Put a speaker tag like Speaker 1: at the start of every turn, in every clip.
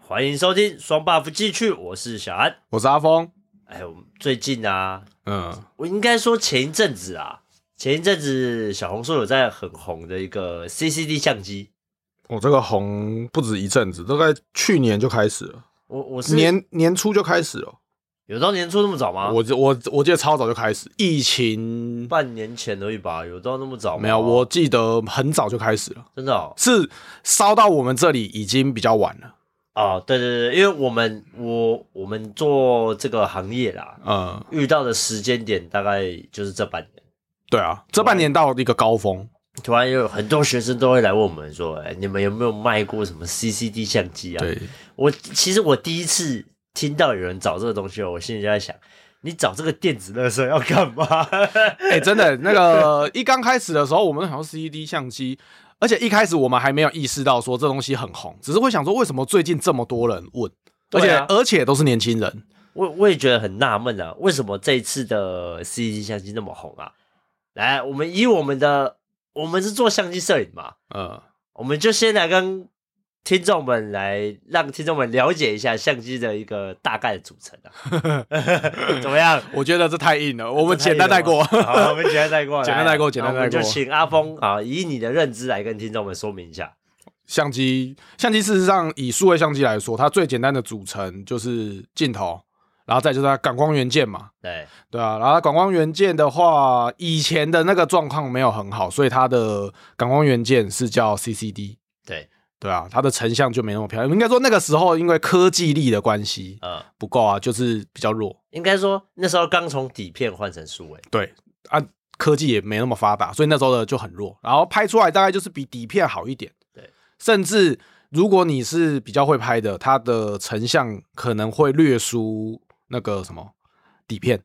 Speaker 1: 欢迎收听双 buff 继续，我是小安。
Speaker 2: 我是阿峰。
Speaker 1: 哎，我们最近啊，
Speaker 2: 嗯，
Speaker 1: 我应该说前一阵子啊，前一阵子小红书有在很红的一个 CCD 相机，
Speaker 2: 我这个红不止一阵子，大概去年就开始了，
Speaker 1: 我我是
Speaker 2: 年年初就开始了。
Speaker 1: 有到年初那么早吗？
Speaker 2: 我记我我记得超早就开始，疫情
Speaker 1: 半年前而已吧，有到那么早吗？
Speaker 2: 没有，我记得很早就开始了，
Speaker 1: 真的哦
Speaker 2: 是烧到我们这里已经比较晚了。
Speaker 1: 啊，对对对，因为我们我我们做这个行业啦，
Speaker 2: 嗯，
Speaker 1: 遇到的时间点大概就是这半年。
Speaker 2: 对啊，这半年到一个高峰。
Speaker 1: 突然有很多学生都会来问我们说：“哎、你们有没有卖过什么 CCD 相机啊？”
Speaker 2: 对，
Speaker 1: 我其实我第一次听到有人找这个东西，我心里就在想，你找这个电子垃圾要干嘛？
Speaker 2: 哎、真的，那个一刚开始的时候，我们好像 CCD 相机，而且一开始我们还没有意识到说这东西很红，只是会想说为什么最近这么多人问，而
Speaker 1: 对
Speaker 2: 且、
Speaker 1: 啊
Speaker 2: 而且都是年轻人。
Speaker 1: 我我也觉得很纳闷啊，为什么这一次的 CCD 相机那么红啊？来，我们以我们的，我们是做相机摄影嘛，
Speaker 2: 嗯，
Speaker 1: 我们就先来跟听众们来让听众们了解一下相机的一个大概的组成啊， 怎么样？
Speaker 2: 我觉得这太硬了， 我们简单带过。
Speaker 1: 好，我们简单带过，来
Speaker 2: 简单带过简单带过
Speaker 1: 我们就请阿峰啊，以你的认知来跟听众们说明一下。
Speaker 2: 相机，相机事实上以数位相机来说，它最简单的组成就是镜头，然后再就是它感光元件嘛，
Speaker 1: 对，
Speaker 2: 对啊，然后感光元件的话，以前的那个状况没有很好，所以它的感光元件是叫 CCD，
Speaker 1: 对，
Speaker 2: 对啊，它的成像就没那么漂亮。应该说那个时候因为科技力的关系
Speaker 1: 呃，
Speaker 2: 不够啊，就是比较弱，
Speaker 1: 应该说那时候刚从底片换成数位，
Speaker 2: 对啊，科技也没那么发达，所以那时候的就很弱，然后拍出来大概就是比底片好一点，
Speaker 1: 对，
Speaker 2: 甚至如果你是比较会拍的，它的成像可能会略输那个什么底片，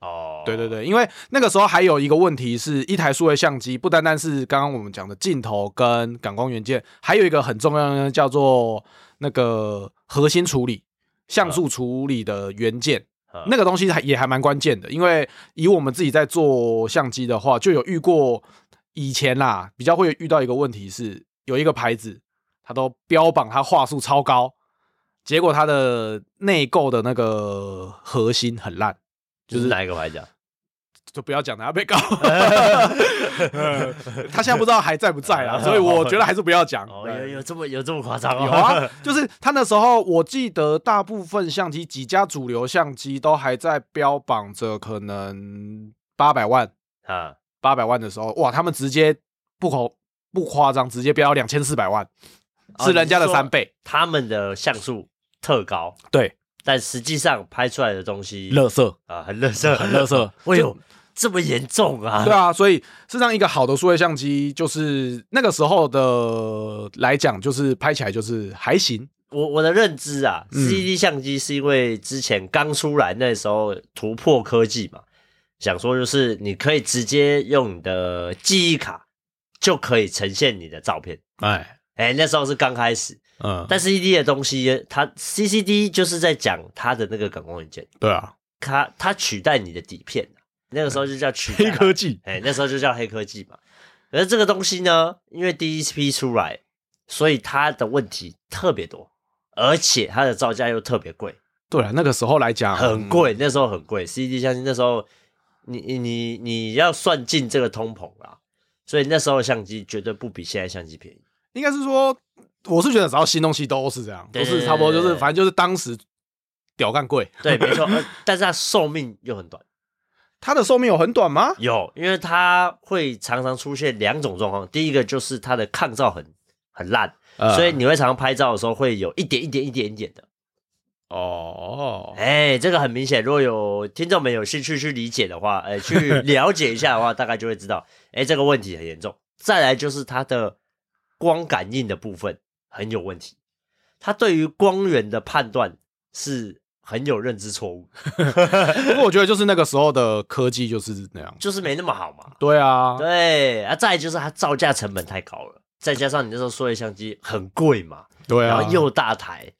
Speaker 1: 哦，
Speaker 2: 对对，对，因为那个时候还有一个问题是，一台数位相机不单单是刚刚我们讲的镜头跟感光元件，还有一个很重要的叫做那个核心处理、像素处理的元件。
Speaker 1: 嗯
Speaker 2: 那个东西还也还蛮关键的，因为以我们自己在做相机的话，就有遇过以前啦，比较会遇到一个问题是，有一个牌子它都标榜它画素超高，结果它的内购的那个核心很烂，
Speaker 1: 就是哪一个牌子啊？
Speaker 2: 就不要讲了，他被告。 呃他现在不知道还在不在啦，所以我觉得还是不要讲。
Speaker 1: 哦，有
Speaker 2: 对
Speaker 1: 有这么有这么夸 张哦？
Speaker 2: 有啊， 就是他那时候，我记得大部分相机几家主流相机都还在标榜着可能八百万、
Speaker 1: 啊，
Speaker 2: 八百万的时候，哇，他们直接不口不夸张，直接标两千四百万，
Speaker 1: 哦
Speaker 2: 是人家的
Speaker 1: 你是说
Speaker 2: 三倍。
Speaker 1: 他们的像素特高，
Speaker 2: 对，
Speaker 1: 但实际上拍出来的东西
Speaker 2: 乐色，
Speaker 1: 啊，很乐色，
Speaker 2: 很乐。 色。
Speaker 1: 哎呦，这么严重啊？
Speaker 2: 对啊，所以事实上一个好的数位相机，就是那个时候的来讲，就是拍起来就是还行。
Speaker 1: 我我的认知啊
Speaker 2: 嗯
Speaker 1: ，CCD 相机是因为之前刚出来那时候突破科技嘛，想说就是你可以直接用你的记忆卡就可以呈现你的照片。
Speaker 2: 哎，
Speaker 1: 哎、那时候是刚开始，
Speaker 2: 嗯，
Speaker 1: 但 CCD 的东西，它 CCD 就是在讲它的那个感光元件，
Speaker 2: 对啊，
Speaker 1: 它它取代你的底片，啊那个时候就叫取代
Speaker 2: 黑科技，
Speaker 1: 哎、那时候就叫黑科技嘛。可是这个东西呢，因为第一批出来，所以它的问题特别多，而且它的造价又特别贵，
Speaker 2: 对啊，那个时候来讲
Speaker 1: 很，贵。那时候很贵，CD 相机那时候，你你你你要算进这个通膨啦，所以那时候的相机绝对不比现在相机便宜。
Speaker 2: 应该是说，我是觉得只要新东西都是这样，
Speaker 1: 对
Speaker 2: 都是差不多，就
Speaker 1: 对
Speaker 2: 是
Speaker 1: 对
Speaker 2: 反正就是当时屌干贵。
Speaker 1: 对，没错，呃但是它寿命又很短。
Speaker 2: 它的寿命有很短吗？
Speaker 1: 有，因为它会常常出现两种状况，第一个就是它的抗噪很很烂，
Speaker 2: 呃
Speaker 1: 所以你会常常拍照的时候会有一点一点一点一点的。
Speaker 2: 哦，
Speaker 1: 哎、这个很明显。如果有听众们有兴趣去理解的话，哎、去了解一下的话，大概就会知道，哎、这个问题很严重。再来就是它的光感应的部分很有问题，它对于光源的判断是很有认知错误，
Speaker 2: 不过我觉得就是那个时候的科技就是那样。
Speaker 1: 就是没那么好嘛。
Speaker 2: 对啊，
Speaker 1: 对啊，再来就是它造价成本太高了，再加上你那时候说的相机很贵嘛，
Speaker 2: 对
Speaker 1: 然
Speaker 2: 啊
Speaker 1: 后，又大台，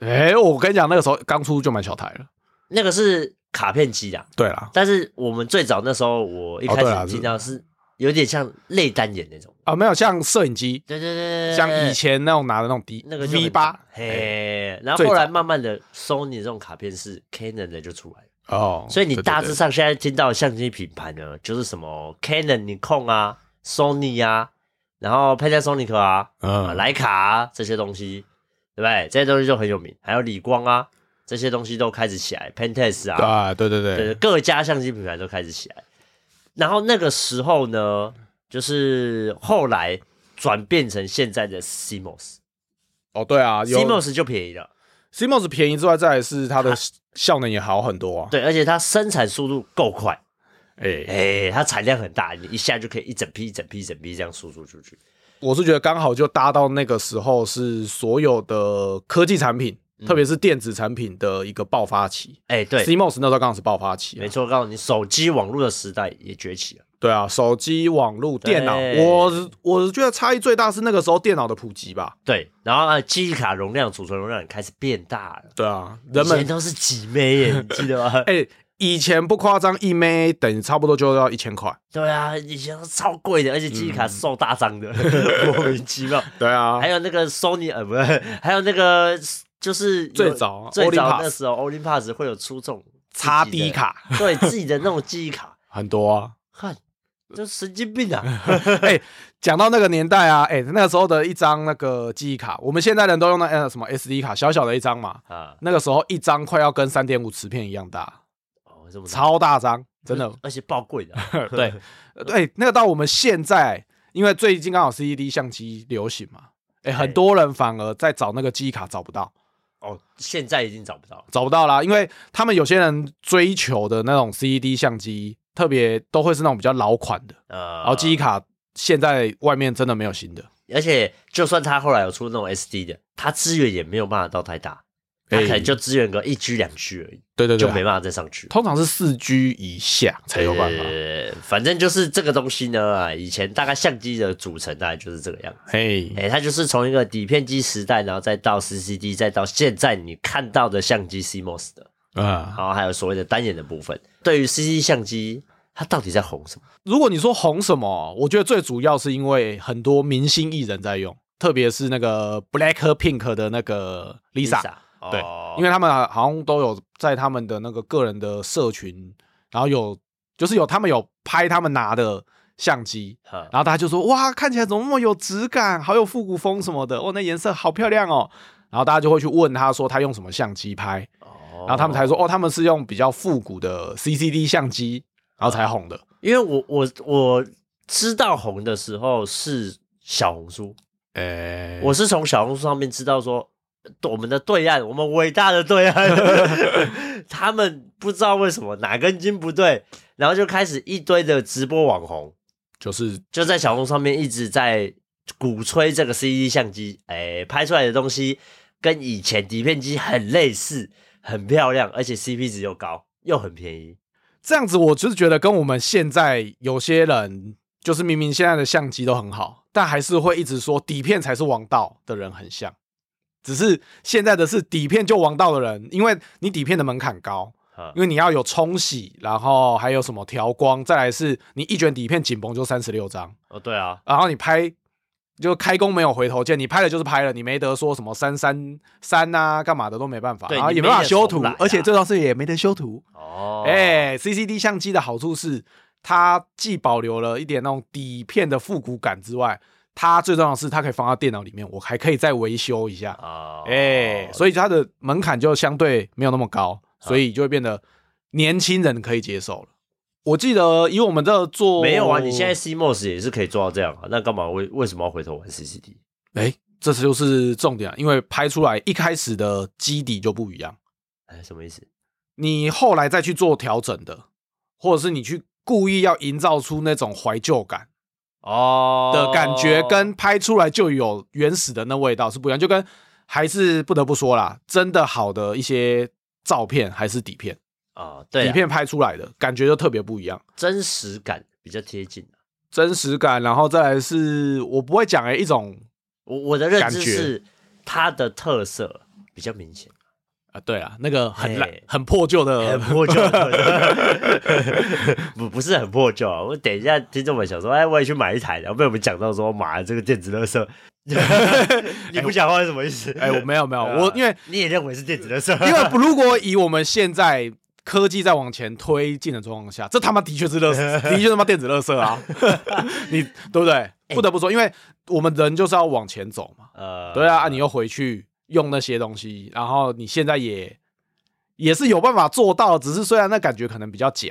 Speaker 2: 哎，我跟你讲，那个时候刚出就蛮小台了。
Speaker 1: 那个是卡片机啊，
Speaker 2: 对啦，
Speaker 1: 但是我们最早那时候，我一开
Speaker 2: 哦对啊
Speaker 1: 始听到是有点像类单眼那种。
Speaker 2: 啊，没有像摄影机，
Speaker 1: 对对对对，对
Speaker 2: 像
Speaker 1: 对
Speaker 2: 以前那种拿的那种 D
Speaker 1: 那个就很
Speaker 2: V 八，
Speaker 1: 嘿，然后
Speaker 2: 最
Speaker 1: 后
Speaker 2: 早
Speaker 1: 来慢慢的，Sony 这种卡片是 Canon 的就出来了，
Speaker 2: 哦，
Speaker 1: 所以你
Speaker 2: 对对
Speaker 1: 大
Speaker 2: 对
Speaker 1: 致上现在听到的相机品牌呢，就是什么 Canon、尼控啊、Sony 啊，然后 Panasonic 啊、啊
Speaker 2: 嗯
Speaker 1: 徕卡啊这些东西，对不对？这些东西就很有名，还有理光啊，这些东西都开始起来，Pentax 啊，
Speaker 2: 啊，对对
Speaker 1: 对，
Speaker 2: 对，
Speaker 1: 各家相机品牌都开始起来。然后那个时候呢，就是后来转变成现在的 CMOS，CMOS
Speaker 2: 哦对啊，有
Speaker 1: 就便宜了，
Speaker 2: CMOS 便宜之外，再来是它的效能也好很多啊，
Speaker 1: 对，而且它生产速度够快，
Speaker 2: 哎，
Speaker 1: 哎，它产量很大，你一下就可以一整批、一整批、一整批这样输出出去。
Speaker 2: 我是觉得刚好就搭到那个时候是所有的科技产品，特别是电子产品的一个爆发期。
Speaker 1: 哎，嗯对，
Speaker 2: CMOS 那时候刚好是爆发期啊、
Speaker 1: 没错，告诉你，手机网络的时代也崛起了。
Speaker 2: 对啊，手机、网络、
Speaker 1: 对
Speaker 2: 电脑，我我觉得差异最大是那个时候电脑的普及吧。
Speaker 1: 对，然后啊，记忆卡容量、储存容量也开始变大了。
Speaker 2: 对啊，人们
Speaker 1: 以前都是几枚耶， 你记得吗？
Speaker 2: 哎、以前不夸张，一枚等于差不多就要一千块。
Speaker 1: 对啊，以前都超贵的，而且记忆卡瘦大张的，
Speaker 2: 嗯
Speaker 1: 莫名其 妙。
Speaker 2: 对啊
Speaker 1: 还，有那个 Sony 呃，不是，还有那个就是有
Speaker 2: 最早
Speaker 1: 最早
Speaker 2: Olympus
Speaker 1: 那时候 Olympus 会有出这种自己
Speaker 2: 插
Speaker 1: 的
Speaker 2: D，卡
Speaker 1: 对自己的那种记忆卡，
Speaker 2: 很多啊。
Speaker 1: 看就神经病啊！
Speaker 2: 哎、讲到那个年代啊，哎、那个时候的一张那个记忆卡，我们现在人都用那呃什么 SD 卡，小小的一张嘛。
Speaker 1: 啊，
Speaker 2: 那个时候一张快要跟三点五磁片一样大，
Speaker 1: 哦，这么大
Speaker 2: 超大张，真的。
Speaker 1: 而且爆贵的啊，
Speaker 2: 对，对，那个到我们现在，因为最近刚好 CCD 相机流行嘛，哎、很多人反而在找那个记忆卡找不到，
Speaker 1: 哦，现在已经找不到了。
Speaker 2: 找不到啦，因为他们有些人追求的那种 CCD 相机，特别都会是那种比较老款的，
Speaker 1: 呃，
Speaker 2: 然后哦记忆卡现在外面真的没有新的，
Speaker 1: 而且就算他后来有出那种 SD 的，他资源也没有办法到太大，他可
Speaker 2: 哎
Speaker 1: 能就资源个一 G 两 G 而已，
Speaker 2: 对对对
Speaker 1: 就
Speaker 2: 啊，
Speaker 1: 没办法再上去。
Speaker 2: 通常是四 G 以下才有办法，
Speaker 1: 呃，反正就是这个东西呢，啊以前大概相机的组成大概就是这个样子。
Speaker 2: 嘿，
Speaker 1: 哎、它就是从一个底片机时代，然后再到 CCD，再到现在你看到的相机 CMOS 的，
Speaker 2: 啊、
Speaker 1: 然后还有所谓的单眼的部分。对于 CCD 相机，它到底在红什么？
Speaker 2: 如果你说红什么，我觉得最主要是因为很多明星艺人在用，特别是那个 Black Pink 的那个 Lisa，, 对
Speaker 1: 哦、
Speaker 2: 因为他们好像都有在他们的那个个人的社群，然后有就是有他们有拍他们拿的相机，
Speaker 1: 为
Speaker 2: 然后大家就说哇，看起来怎么那么有质感，好有复古风什么的，哦，那颜色好漂亮哦。然后大家就会去问他说他用什么相机拍，
Speaker 1: 然
Speaker 2: 然后他们才说哦，他们是用比较复古的 CCD 相机，然后才红的。
Speaker 1: 因为我我我知道红的时候是小红书，
Speaker 2: 诶
Speaker 1: 我是从小红书上面知道说，呃我们的对岸，我们伟大的对 岸，他们不知道为什么哪根筋不对，然后就开始一堆的直播网红
Speaker 2: 就是
Speaker 1: 就在小红书上面一直在鼓吹这个 CD 相机，哎，拍出来的东西跟以前底片机很类似，很漂亮，而且 CP 值又高，又很便宜。
Speaker 2: 这样子，我就是觉得跟我们现在有些人，就是明明现在的相机都很好，但还是会一直说底片才是王道的人很像。只是现在的是底片就王道的人，因为你底片的门槛高，
Speaker 1: 啊
Speaker 2: 因为你要有冲洗，然后还有什么调光，再来是你一卷底片紧绷就三十六张，
Speaker 1: 哦，对啊，
Speaker 2: 然后你拍就开工没有回头箭，你拍了就是拍了，你没得说什么三三三啊干嘛的都没办法，
Speaker 1: 对
Speaker 2: 然后
Speaker 1: 你
Speaker 2: 也
Speaker 1: 没
Speaker 2: 没办法
Speaker 1: 得
Speaker 2: 修
Speaker 1: 重
Speaker 2: 图
Speaker 1: 来啊，
Speaker 2: 而且这张是也没得修图，
Speaker 1: 哦，
Speaker 2: 哎、c c d 相机的好处是，它既保留了一点那种底片的复古感之外，它最重要的是它可以放到电脑里面，我还可以再维修一下。
Speaker 1: 啊，
Speaker 2: 哎、所以它的门槛就相对没有那么高，所
Speaker 1: 嗯
Speaker 2: 以就会变得年轻人可以接受了。我记得以我们这做
Speaker 1: 没有啊，你现在 CMOS 也是可以做到这样啊，那干嘛为为什么要回头玩 CCD？
Speaker 2: 哎、这次就是重点了，啊因为拍出来一开始的基底就不一样。
Speaker 1: 哎，什么意思？
Speaker 2: 你后来再去做调整的，或者是你去故意要营造出那种怀旧感，
Speaker 1: 哦
Speaker 2: 的感觉跟拍出来就有原始的那味道是不一样，就跟还是不得不说啦，真的好的一些照片还是底片，
Speaker 1: 啊，对
Speaker 2: 底
Speaker 1: 啊，
Speaker 2: 片拍出来的感觉就特别不一样，
Speaker 1: 真实感比较贴近啊。
Speaker 2: 真实感，然后再来是我不会讲诶、哎一种
Speaker 1: 我我的认
Speaker 2: 感
Speaker 1: 知
Speaker 2: 觉
Speaker 1: 是它的特色比较明显，
Speaker 2: 啊，对啊，那个很烂
Speaker 1: 哎、
Speaker 2: 很破旧的
Speaker 1: 很，破旧， 不不是很破旧啊。我等一下听众们想说，哎，我也去买一台，然后被我们讲到说，妈，这个电子垃 圾，你不讲话是什么意思？
Speaker 2: 哎、我没有没 有，
Speaker 1: 对啊
Speaker 2: 我因为
Speaker 1: 你也认为是电子垃圾，
Speaker 2: 因为如果以我们现在科技在往前推进的状况下，这他妈的确是 乐，的确他妈电子乐色啊， 你对不
Speaker 1: 哎
Speaker 2: 对？不得不说，因为我们人就是要往前走嘛。
Speaker 1: 呃，
Speaker 2: 对啊，啊你又回去用那些东西，然后你现在也也是有办法做到，只是虽然那感觉可能比较假，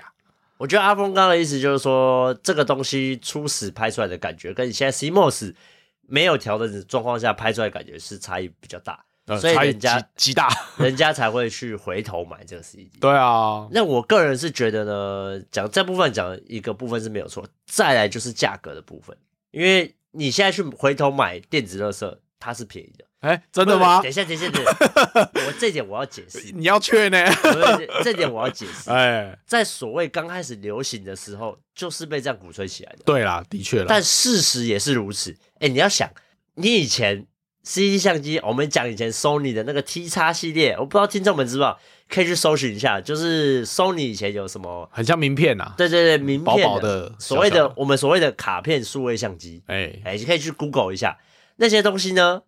Speaker 1: 我觉得阿峰刚刚的意思就是说，这个东西初始拍出来的感觉，跟你现在 CMOS 没有调的状况下拍出来的感觉是差异比较大，
Speaker 2: 呃
Speaker 1: 所以
Speaker 2: 差异
Speaker 1: 人家
Speaker 2: 极极大。
Speaker 1: 人家才会去回头买这个 CD。
Speaker 2: 对啊，
Speaker 1: 那我个人是觉得呢，讲这部分讲一个部分是没有错，再来就是价格的部分，因为你现在去回头买电子垃圾，它是便宜的，
Speaker 2: 哎、真的吗
Speaker 1: 等？一下，等一下，等一下，我这点我要解 释，
Speaker 2: 你要确呢？
Speaker 1: 我这点我要解释，
Speaker 2: 哎、
Speaker 1: 在所谓刚开始流行的时候，就是被这样鼓吹起来的，
Speaker 2: 对啦，的确啦，
Speaker 1: 但事实也是如此。哎，你要想，你以前 CD 相机，我们讲以前 Sony 的那个 T x 系列，我不知道听众们知不知道，可以去搜寻一下，就是 Sony 以前有什么。
Speaker 2: 很像名片啊呐。
Speaker 1: 对对对，名片
Speaker 2: 薄薄的
Speaker 1: 所谓
Speaker 2: 小小
Speaker 1: 的
Speaker 2: 的
Speaker 1: 我们所谓的卡片数位相机，
Speaker 2: 哎、
Speaker 1: 哎，你可以去 Google 一下那些东西呢。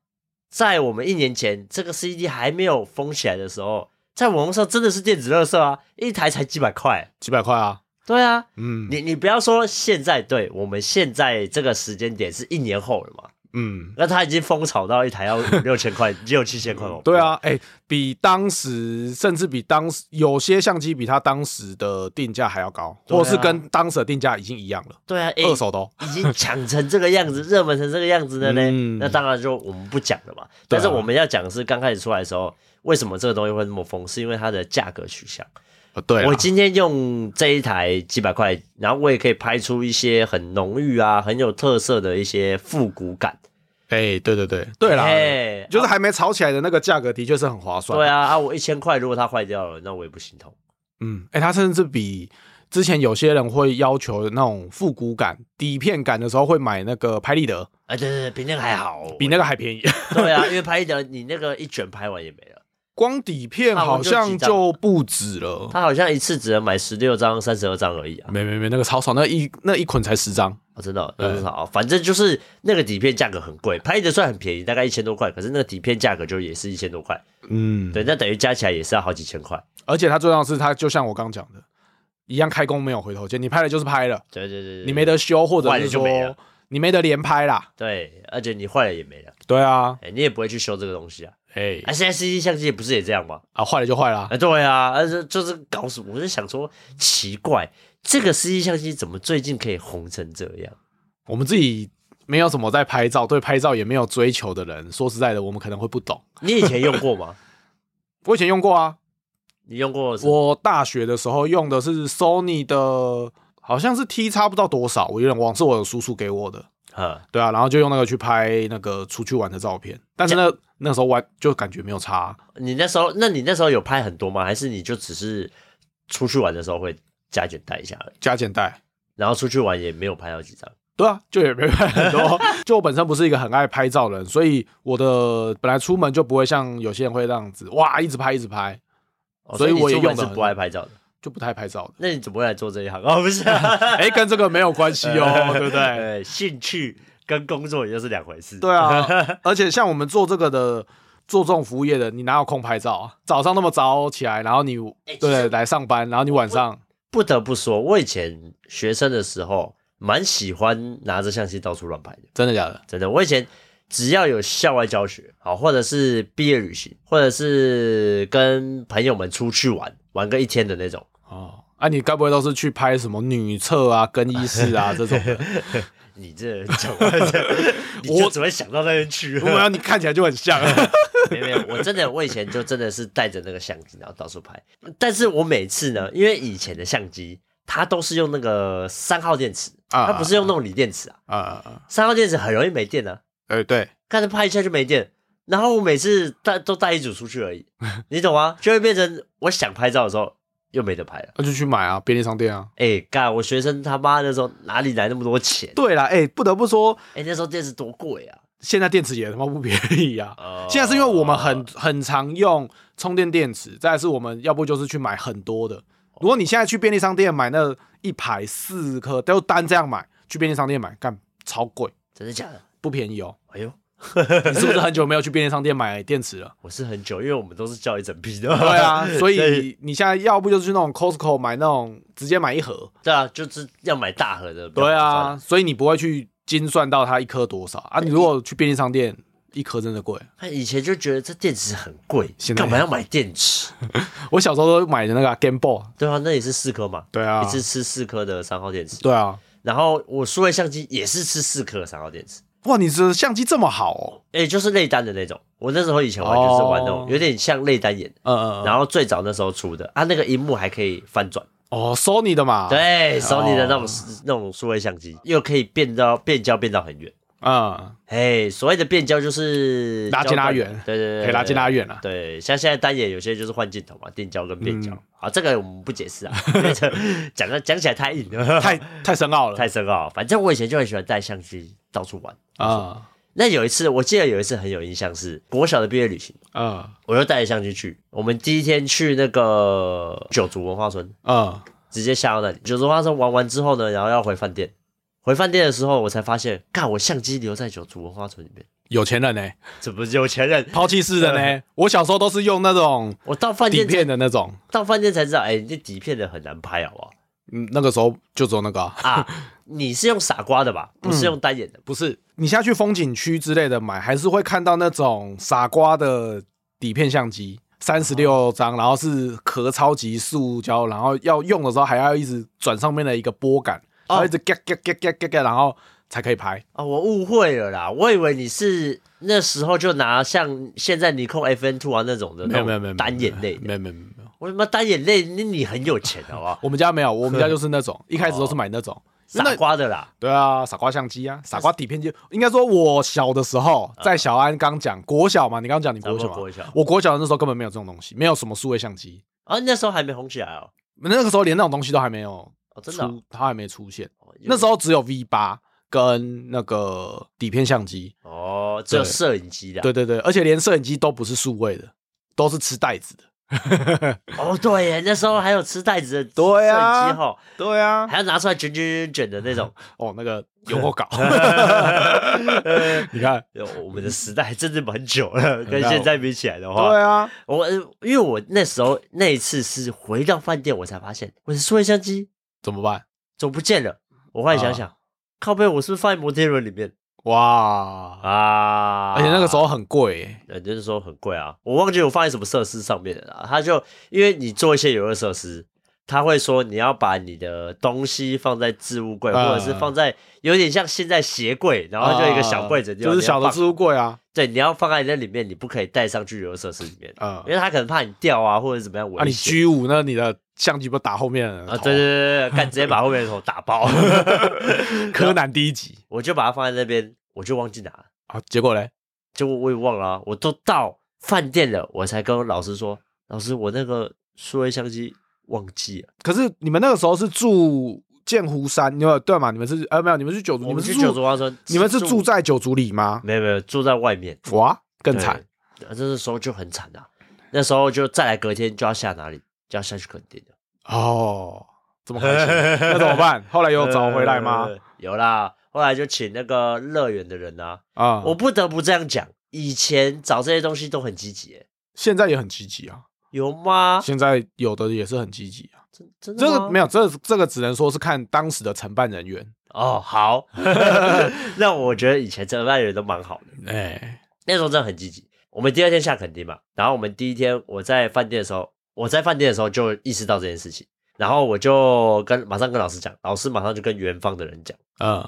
Speaker 1: 在我们一年前这个 CD 还没有封起来的时候，在网络上真的是电子垃圾啊，一台才几百块。
Speaker 2: 几百块啊，
Speaker 1: 对啊，
Speaker 2: 嗯
Speaker 1: 你你不要说现在，对我们现在这个时间点是一年后了嘛，
Speaker 2: 嗯，
Speaker 1: 那它已经疯炒到一台要五六千块、 六七千块了。哦
Speaker 2: 对，啊，哎、比当时甚至比当时有些相机比它当时的定价还要高，
Speaker 1: 对啊
Speaker 2: 或者是跟当时的定价已经一样了，
Speaker 1: 对啊，哎
Speaker 2: 二手的哦、
Speaker 1: 已经抢成这个样子，热门成这个样子的呢，
Speaker 2: 嗯
Speaker 1: 那当然就我们不讲了嘛。
Speaker 2: 对
Speaker 1: 但
Speaker 2: 啊
Speaker 1: 是我们要讲的是，刚开始出来的时候，为什么这个东西会那么疯，是因为它的价格取向。
Speaker 2: 呃对啦，
Speaker 1: 我今天用这一台几百块，然后我也可以拍出一些很浓郁啊、很有特色的一些复古感。
Speaker 2: 哎、对对对对啦，
Speaker 1: 哎
Speaker 2: 就是还没炒起来的那个价格，的确是很划算。
Speaker 1: 对，啊，啊，我一千块如果它坏掉了，那我也不心痛。
Speaker 2: 嗯，哎、它甚至比之前有些人会要求那种复古感、底片感的时候，会买那个拍立得，
Speaker 1: 啊，对对对，比那个还好，
Speaker 2: 比那个还便宜。
Speaker 1: 对啊，因为拍的你那个一卷拍完也没了，
Speaker 2: 光底片
Speaker 1: 那我
Speaker 2: 好
Speaker 1: 们就
Speaker 2: 像
Speaker 1: 几张
Speaker 2: 就不止了，
Speaker 1: 它好像一次只能买十六张、三十二张而已啊。
Speaker 2: 没没没，那个超少，那一那一捆才十张。
Speaker 1: 哦，真的、哦，那多
Speaker 2: 嗯
Speaker 1: 少、反正就是那个底片价格很贵，拍的算很便宜，大概一千多块，可是那个底片价格就也是一千多块，
Speaker 2: 嗯，
Speaker 1: 对，那等于加起来也是要好几千块。
Speaker 2: 而且它最重要的是，它就像我刚讲的一样，开工没有回头箭，你拍了就是拍了，
Speaker 1: 对对对对，
Speaker 2: 你没得修，或者
Speaker 1: 坏了
Speaker 2: 是
Speaker 1: 就没
Speaker 2: 说
Speaker 1: 了
Speaker 2: 你没得连拍啦。
Speaker 1: 对，而且你坏了也没了，
Speaker 2: 对啊，
Speaker 1: 哎、你也不会去修这个东西啊。
Speaker 2: 哎、
Speaker 1: 啊，现在 C D 相机也不是也这样吗？
Speaker 2: 啊，坏了就坏啦
Speaker 1: 啊，。对啊，而且就是搞什么，我就想说奇怪，这个 C D 相机怎么最近可以红成这样？
Speaker 2: 我们自己没有什么在拍照，对拍照也没有追求的人，说实在的，我们可能会不懂。
Speaker 1: 你以前用过吗？
Speaker 2: 我以前用过啊，
Speaker 1: 你用过什么？
Speaker 2: 我大学的时候用的是 Sony 的，好像是 T 差不到多少，我有点忘，是我叔叔给我的。
Speaker 1: 啊，
Speaker 2: 对啊，然后就用那个去拍那个出去玩的照片，但是那那时候玩就感觉没有差、
Speaker 1: 你那时候，那你那时候有拍很多吗？还是你就只是出去玩的时候会加减带一下而已？
Speaker 2: 加减带。
Speaker 1: 然后出去玩也没有拍到几张。
Speaker 2: 对啊，就也没拍很多。 就我本身不是一个很爱拍照的人，所以我的本来出门就不会像有些人会这样子，哇，一直拍一直拍，
Speaker 1: 哦
Speaker 2: 所以
Speaker 1: 你
Speaker 2: 我也
Speaker 1: 出门
Speaker 2: 用得
Speaker 1: 是
Speaker 2: 很
Speaker 1: 不爱拍照的。
Speaker 2: 就不太拍照的。
Speaker 1: 那你怎么会来做这一行？ 哦，不是、啊，
Speaker 2: 哎、跟这个没有关系 哦， 对不对？
Speaker 1: 呃，兴趣跟工作也就是两回事。
Speaker 2: 对啊，而且像我们做这个的，做这种服务业的，你哪有空拍照啊？早上那么早起来，然后你、
Speaker 1: 哎其实
Speaker 2: 对来上班，然后你晚上
Speaker 1: 不得不说，我以前学生的时候蛮喜欢拿着相机到处乱拍的，
Speaker 2: 真的假的？
Speaker 1: 真的。我以前只要有校外教学，好，或者是毕业旅行，或者是跟朋友们出去玩，玩个一天的那种。
Speaker 2: 哦，啊，你该不会都是去拍什么女厕啊、更衣室啊这种 的？
Speaker 1: 你这讲话这，你就只会想到那边去。
Speaker 2: 我要你看起来就很 像。 啊
Speaker 1: 没有没有，我真的我以前就真的是带着那个相机，然后到处拍。但是我每次呢，因为以前的相机它都是用那个三号电池，
Speaker 2: 啊
Speaker 1: 它不是用那种锂电池啊。
Speaker 2: 啊、呃，
Speaker 1: 三号电池很容易没电啊，
Speaker 2: 哎、对，
Speaker 1: 看着拍一下就没电。然后我每次带都带一组出去而 已，你懂吗？就会变成我想拍照的时候又没得拍了。
Speaker 2: 那就去买啊，便利商店啊。
Speaker 1: 哎、干！我学生他妈那时候哪里来那么多钱？
Speaker 2: 对啦，哎、不得不说，
Speaker 1: 哎、那时候电池多贵啊！
Speaker 2: 现在电池也他妈不便宜啊。
Speaker 1: 哦
Speaker 2: 现在是因为我们很很常用充电电池，再来是我们要不就是去买很多的。如果你现在去便利商店买那一排四颗，都单这样买，去便利商店买干超贵，
Speaker 1: 真的假的？
Speaker 2: 不便宜哦。
Speaker 1: 哎呦，
Speaker 2: 你是不是很久没有去便利商店买电池了？
Speaker 1: 我是很久，因为我们都是叫一整批的。
Speaker 2: 对啊，所
Speaker 1: 对
Speaker 2: 以你现在要不就是去那种 Costco 买那种直接买一盒，
Speaker 1: 对啊，就是要买大盒的。
Speaker 2: 对啊，，所以你不会去精算到它一颗多少啊。你如果去便利商店，一颗真的贵。
Speaker 1: 他以前就觉得这电池很贵
Speaker 2: 现，在
Speaker 1: 干嘛要买电 池？
Speaker 2: 我小时候都买的那个啊 Game Boy，
Speaker 1: 对啊，那也是四颗嘛，
Speaker 2: 对啊
Speaker 1: 一，次吃四颗的三号电池。
Speaker 2: 对啊，
Speaker 1: 然后我数位相机也是吃四颗的三号电池，
Speaker 2: 哇，你这相机这么好哦，
Speaker 1: 哎，就是内单的那种。我那时候以前玩就是玩那种
Speaker 2: 哦
Speaker 1: 有点像内单眼，
Speaker 2: 嗯嗯，嗯
Speaker 1: 然后最早那时候出的，啊，那个荧幕还可以翻转。
Speaker 2: 哦，Sony 的嘛，，
Speaker 1: 对
Speaker 2: 哦
Speaker 1: ，Sony 的那种、那种数位相机，又可以变到变焦变到很远。
Speaker 2: 嗯，
Speaker 1: 哎，所谓的变焦就是
Speaker 2: 拉近
Speaker 1: 焦段
Speaker 2: 拉远
Speaker 1: 对对对，
Speaker 2: 可以拉近拉
Speaker 1: 远。
Speaker 2: 远了。啊
Speaker 1: 对，像现在单眼有些就是换镜头嘛，定焦跟变
Speaker 2: 嗯
Speaker 1: 焦。好，这个我们不解释啊， 因为这讲的讲起来太硬了，
Speaker 2: 太太深奥 了
Speaker 1: 太深奥。反正我以前就很喜欢带相机到处玩。
Speaker 2: 啊
Speaker 1: 那有一次，我记得有一次很有印象是国小的毕业旅行，
Speaker 2: 啊
Speaker 1: 我就带着相机去。我们第一天去那个九族文化村，
Speaker 2: 啊！
Speaker 1: 直接下到那里。九族花生玩完之后呢，然后要回饭店。回饭店的时候，我才发现，看我相机留在九族文化村里面，
Speaker 2: 有钱人呢，
Speaker 1: 这不是有钱人？
Speaker 2: 抛弃式的呢。我小时候都是用那种
Speaker 1: 我到饭
Speaker 2: 底
Speaker 1: 店才
Speaker 2: 片的那种，
Speaker 1: 到饭店才知道，哎、这底片的很难拍，好不好？
Speaker 2: 嗯，那个时候就只有那个啊。
Speaker 1: 啊，你是用傻瓜的吧？不是用单眼的。
Speaker 2: 不是，你下去风景区之类的买，还是会看到那种傻瓜的底片相机，三十
Speaker 1: 哦
Speaker 2: 六张，然后是壳超级塑胶，然后要用的时候还要一直转上面的一个拨杆，
Speaker 1: 哦
Speaker 2: 然后一直嘎嘎嘎嘎嘎嘎，然后才可以拍。
Speaker 1: 啊，我误会了啦，我以为你是那时候就拿像现在尼控 FN Two 啊那种的，
Speaker 2: 没有没有没有，没有
Speaker 1: 单眼类的。
Speaker 2: 没有没有没有没有，
Speaker 1: 我他妈单眼类，那你很有钱，好不好？
Speaker 2: 我们家没有，我们家就是那 种，一开始都是买那种。那
Speaker 1: 傻瓜的啦，
Speaker 2: 哦对啊，傻瓜相机啊，傻瓜底片机。应该说，我小的时候，在小安刚讲国小嘛，你刚讲你国小
Speaker 1: 差
Speaker 2: 啊
Speaker 1: 不
Speaker 2: 嘛，
Speaker 1: 多国小
Speaker 2: 我国小的那时候根本没有这种东西，没有什么数位相机，
Speaker 1: 啊，那时候还没红起来哦，
Speaker 2: 那个时候连那种东西都还没有
Speaker 1: 哦，真
Speaker 2: 出，
Speaker 1: 的哦、
Speaker 2: 它还没出现。
Speaker 1: 哦
Speaker 2: 那时候啊只有 V 八跟那个底片相机，
Speaker 1: 哦，只有
Speaker 2: 对
Speaker 1: 摄影机的。
Speaker 2: 对对对，而且连摄影机都不是数位的，都是吃袋子的。
Speaker 1: 哦，对耶，那时候还有吃袋子的
Speaker 2: 对啊
Speaker 1: 摄影机吼，
Speaker 2: 对 啊，
Speaker 1: 还要拿出来卷卷卷卷的那 种。
Speaker 2: 哦，那个有够 搞，
Speaker 1: 呃
Speaker 2: 你看，
Speaker 1: 我们的时代真的蛮久 了，跟现在比起来的话，
Speaker 2: 对啊，
Speaker 1: 我呃因为我那时候那一次是回到饭店，我才发现我的数位相机
Speaker 2: 怎么办？
Speaker 1: 怎么不见了。我后来想
Speaker 2: 啊
Speaker 1: 想，靠背我是不是放在摩天轮里面
Speaker 2: 哇，
Speaker 1: 啊？
Speaker 2: 而且那个时候很贵耶、
Speaker 1: 呃，就是说很贵啊，我忘记我放在什么设施上面了啦。他就因为你做一些游乐设施，他会说你要把你的东西放在置物柜，或者是
Speaker 2: 嗯
Speaker 1: 放在有点像现在鞋柜，然后就一个小柜子
Speaker 2: 啊
Speaker 1: 地方，
Speaker 2: 就是小
Speaker 1: 你要
Speaker 2: 的
Speaker 1: 放
Speaker 2: 置物柜啊，
Speaker 1: 对，你要放在那里面，你不可以带上去游乐设施里面，
Speaker 2: 啊
Speaker 1: 因为他可能怕你掉啊，或者怎么哎样危险。
Speaker 2: 啊，你 G 五那你的相机不打后面的哦
Speaker 1: 啊，对对对对，干直接把后面的头打爆，
Speaker 2: 对， 柯南第一集
Speaker 1: 我就把它放在那边，我就忘记拿了。
Speaker 2: 啊，结果嘞，
Speaker 1: 就我也忘了、啊，我都到饭店了，我才跟老师说，老师，我那个数位相机忘记了。
Speaker 2: 可是你们那个时候是住剑湖山，你们对吗？你们是呃没有，你们是九族，
Speaker 1: 我
Speaker 2: 你
Speaker 1: 们
Speaker 2: 是
Speaker 1: 去九
Speaker 2: 住
Speaker 1: 族啊花村，
Speaker 2: 你们是住在九族里吗？
Speaker 1: 没有没有住在外面，
Speaker 2: 哇，更惨
Speaker 1: 对。啊那时候就很惨啊，那时候就再来隔天就要下哪里，就要下去垦丁了。
Speaker 2: 哦，这么开心， 那怎么办？后来有找回来吗？
Speaker 1: 呃？有啦，后来就请那个乐园的人啊，
Speaker 2: 啊，
Speaker 1: 我不得不这样讲，以前找这些东西都很积极、欸，
Speaker 2: 现在也很积极啊，
Speaker 1: 有吗？
Speaker 2: 现在有的也是很积极啊。
Speaker 1: 真真的
Speaker 2: 这
Speaker 1: 吗？
Speaker 2: 个没有，这这个只能说是看当时的承办人员。
Speaker 1: 哦， 好，那我觉得以前承办人都蛮好的。
Speaker 2: 哎，
Speaker 1: 那时候真的很积极。我们第二天下垦丁嘛，然后我们第一天我在饭店的时候，我在饭店的时候就意识到这件事情，然后我就跟马上跟老师讲，老师马上就跟园方的人讲。
Speaker 2: 嗯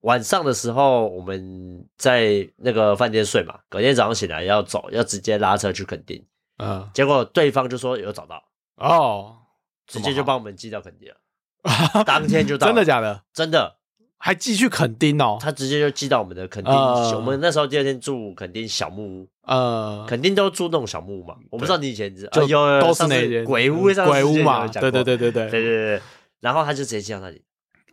Speaker 1: 晚上的时候我们在那个饭店睡嘛，隔天早上醒来要走，要直接拉车去垦丁。
Speaker 2: 嗯，
Speaker 1: 结果对方就说有找到，
Speaker 2: 哦，
Speaker 1: 直
Speaker 2: 这么
Speaker 1: 接就
Speaker 2: 好
Speaker 1: 帮我们寄到垦丁了， 当天就到了
Speaker 2: 真的假的？
Speaker 1: 真的，
Speaker 2: 还继续垦丁哦，
Speaker 1: 他直接就寄到我们的垦丁。
Speaker 2: 呃
Speaker 1: 我们那时候第二天住垦丁小木屋，
Speaker 2: 呃，
Speaker 1: 肯定都住那种小木屋嘛。我不知道你以前知
Speaker 2: 就
Speaker 1: 啊有有有
Speaker 2: 都是
Speaker 1: 上次
Speaker 2: 那些嗯
Speaker 1: 鬼屋，上次
Speaker 2: 鬼
Speaker 1: 之
Speaker 2: 屋
Speaker 1: 前
Speaker 2: 嘛，
Speaker 1: 有讲
Speaker 2: 对对
Speaker 1: 过
Speaker 2: 对对
Speaker 1: 对
Speaker 2: 对，
Speaker 1: 对对。然后他就直接寄到那里，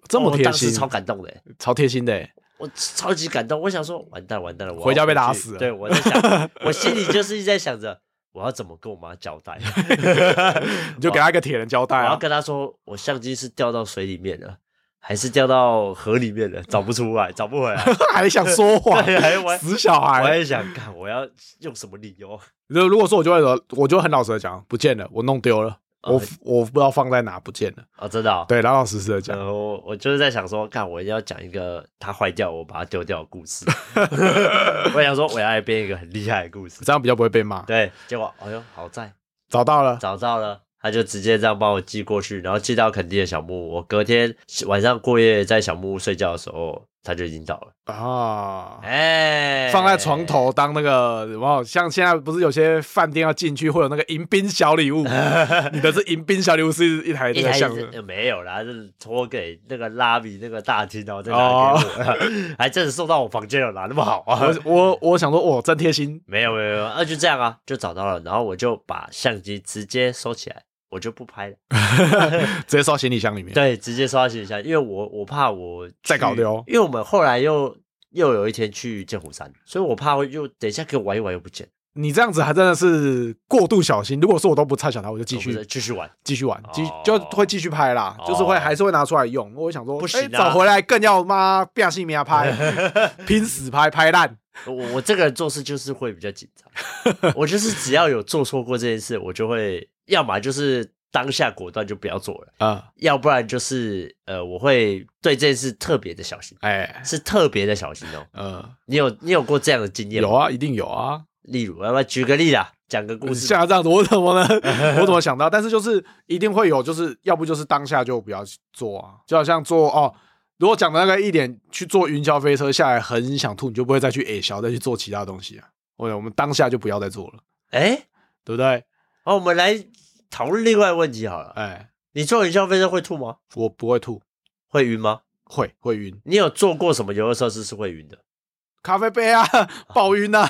Speaker 2: 这么
Speaker 1: 哦我
Speaker 2: 贴
Speaker 1: 当时
Speaker 2: 心，
Speaker 1: 超感动的欸。
Speaker 2: 超贴心的欸，
Speaker 1: 我超级感动，我想说完蛋完蛋了，我要
Speaker 2: 回家被打
Speaker 1: 去
Speaker 2: 死了
Speaker 1: 对，我在想， 我心里就是一直在想着我要怎么跟我妈交代，啊
Speaker 2: 你就给他一个铁人交代
Speaker 1: 我要
Speaker 2: 啊。
Speaker 1: 跟她说我相机是掉到水里面了，还是掉到河里面了，找不出来，找不回 来。
Speaker 2: 还想 说谎，
Speaker 1: 对还玩
Speaker 2: 死小
Speaker 1: 我
Speaker 2: 孩。
Speaker 1: 也想看我要用什么理由，
Speaker 2: 如如果说我就会说，我就很老实的讲，不见了，我弄丢了，
Speaker 1: 哦
Speaker 2: 我我不知道放在哪，不见了。
Speaker 1: 哦，真的、哦。
Speaker 2: 对，老老实实的讲，
Speaker 1: 然后呃我就是在想说，看我一定要讲一个它坏掉，我把它丢掉的故 事。我想说，我要来编一个很厉害的故事。
Speaker 2: 这样比较不会被骂。
Speaker 1: 对，结果哎呦，好在
Speaker 2: 找到了，
Speaker 1: 找到了，他就直接这样帮我寄过去，然后寄到垦丁的小木屋。我隔天晚上过夜在小木屋睡觉的时候，他就已经到了。
Speaker 2: 啊，
Speaker 1: 哎、
Speaker 2: 放在床。头当那个，然后像现在不是有些饭店要进去会有那个迎宾小礼 物，你的是迎宾小礼物是一台
Speaker 1: 一
Speaker 2: 那个
Speaker 1: 开
Speaker 2: 像
Speaker 1: 始呃没有啦，是托给那个拉比那个大厅，然后再拿
Speaker 2: 哦
Speaker 1: 给我， 还真的送到我房间了啦，哪那么好啊！
Speaker 2: 我我我想说，哇，真贴心，
Speaker 1: 没有没有没有，啊，就这样啊，就找到了，然后我就把相机直接收起来，我就不拍了，
Speaker 2: 直接收到行李箱里面。
Speaker 1: 对，直接收到行李箱，因为我我怕我去
Speaker 2: 嗯再搞丢
Speaker 1: 因为我们后来又又有一天去剑湖山，所以我怕会又等一下给我玩一玩又不见，
Speaker 2: 你这样子还真的是过度小心。如果说我都不差小他，我就继
Speaker 1: 我不是
Speaker 2: 续
Speaker 1: 继续玩，
Speaker 2: 继续玩，继
Speaker 1: 哦
Speaker 2: 就会继续拍啦，就是会
Speaker 1: 哦
Speaker 2: 还是会拿出来用。我想说，
Speaker 1: 不行啊
Speaker 2: 哎找回来更要妈变性命 拍，拼死拍拍烂。
Speaker 1: 我我这个人做事就是会比较紧张， 我就是只要有做错过这件事，我就会要么就是当下果断就不要做了，
Speaker 2: 啊，
Speaker 1: 要不然就是呃我会对这件事特别的小心，
Speaker 2: 哎，
Speaker 1: 是特别的小心哦。
Speaker 2: 呃，
Speaker 1: 你有你有过这样的经验吗
Speaker 2: 有？啊，一定有啊。
Speaker 1: 例如，要不要举个例啦？讲个故事。
Speaker 2: 像这样子，我怎么 能，我怎么想到？但是就是一定会有，就是要不就是当下就不要做啊，就好像做哦。如果讲的那个一点去坐云霄飞车下来很想吐，你就不会再去 A 小再去做其他东西啊。我我们当下就不要再做了，
Speaker 1: 哎、
Speaker 2: 对不对？
Speaker 1: 好，我们来讨论另外一个问题好了。
Speaker 2: 哎，
Speaker 1: 你坐云霄飞车会吐吗？
Speaker 2: 我不会吐，
Speaker 1: 会晕吗？
Speaker 2: 会会晕，
Speaker 1: 你有坐过什么游乐设施是会晕 的？
Speaker 2: 咖啡杯啊， 爆晕啊，